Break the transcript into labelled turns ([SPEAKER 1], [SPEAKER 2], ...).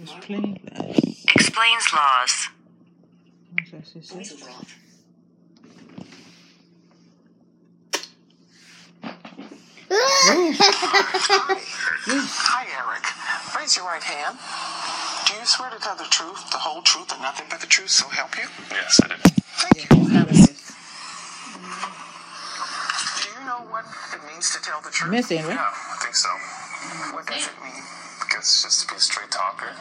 [SPEAKER 1] Explain that.
[SPEAKER 2] Explains laws.
[SPEAKER 1] What's that she said?
[SPEAKER 2] Weaselroth.
[SPEAKER 3] Hi, Eric. Raise your right hand. Do you swear to tell the truth, the whole truth, and nothing but the truth, so help you?
[SPEAKER 4] Yes, I did.
[SPEAKER 3] Thank you. Do you know what it means to tell the truth?
[SPEAKER 1] Missing, right?
[SPEAKER 4] Yeah, I think so.
[SPEAKER 3] What does it mean?
[SPEAKER 4] I guess just to be a straight talker.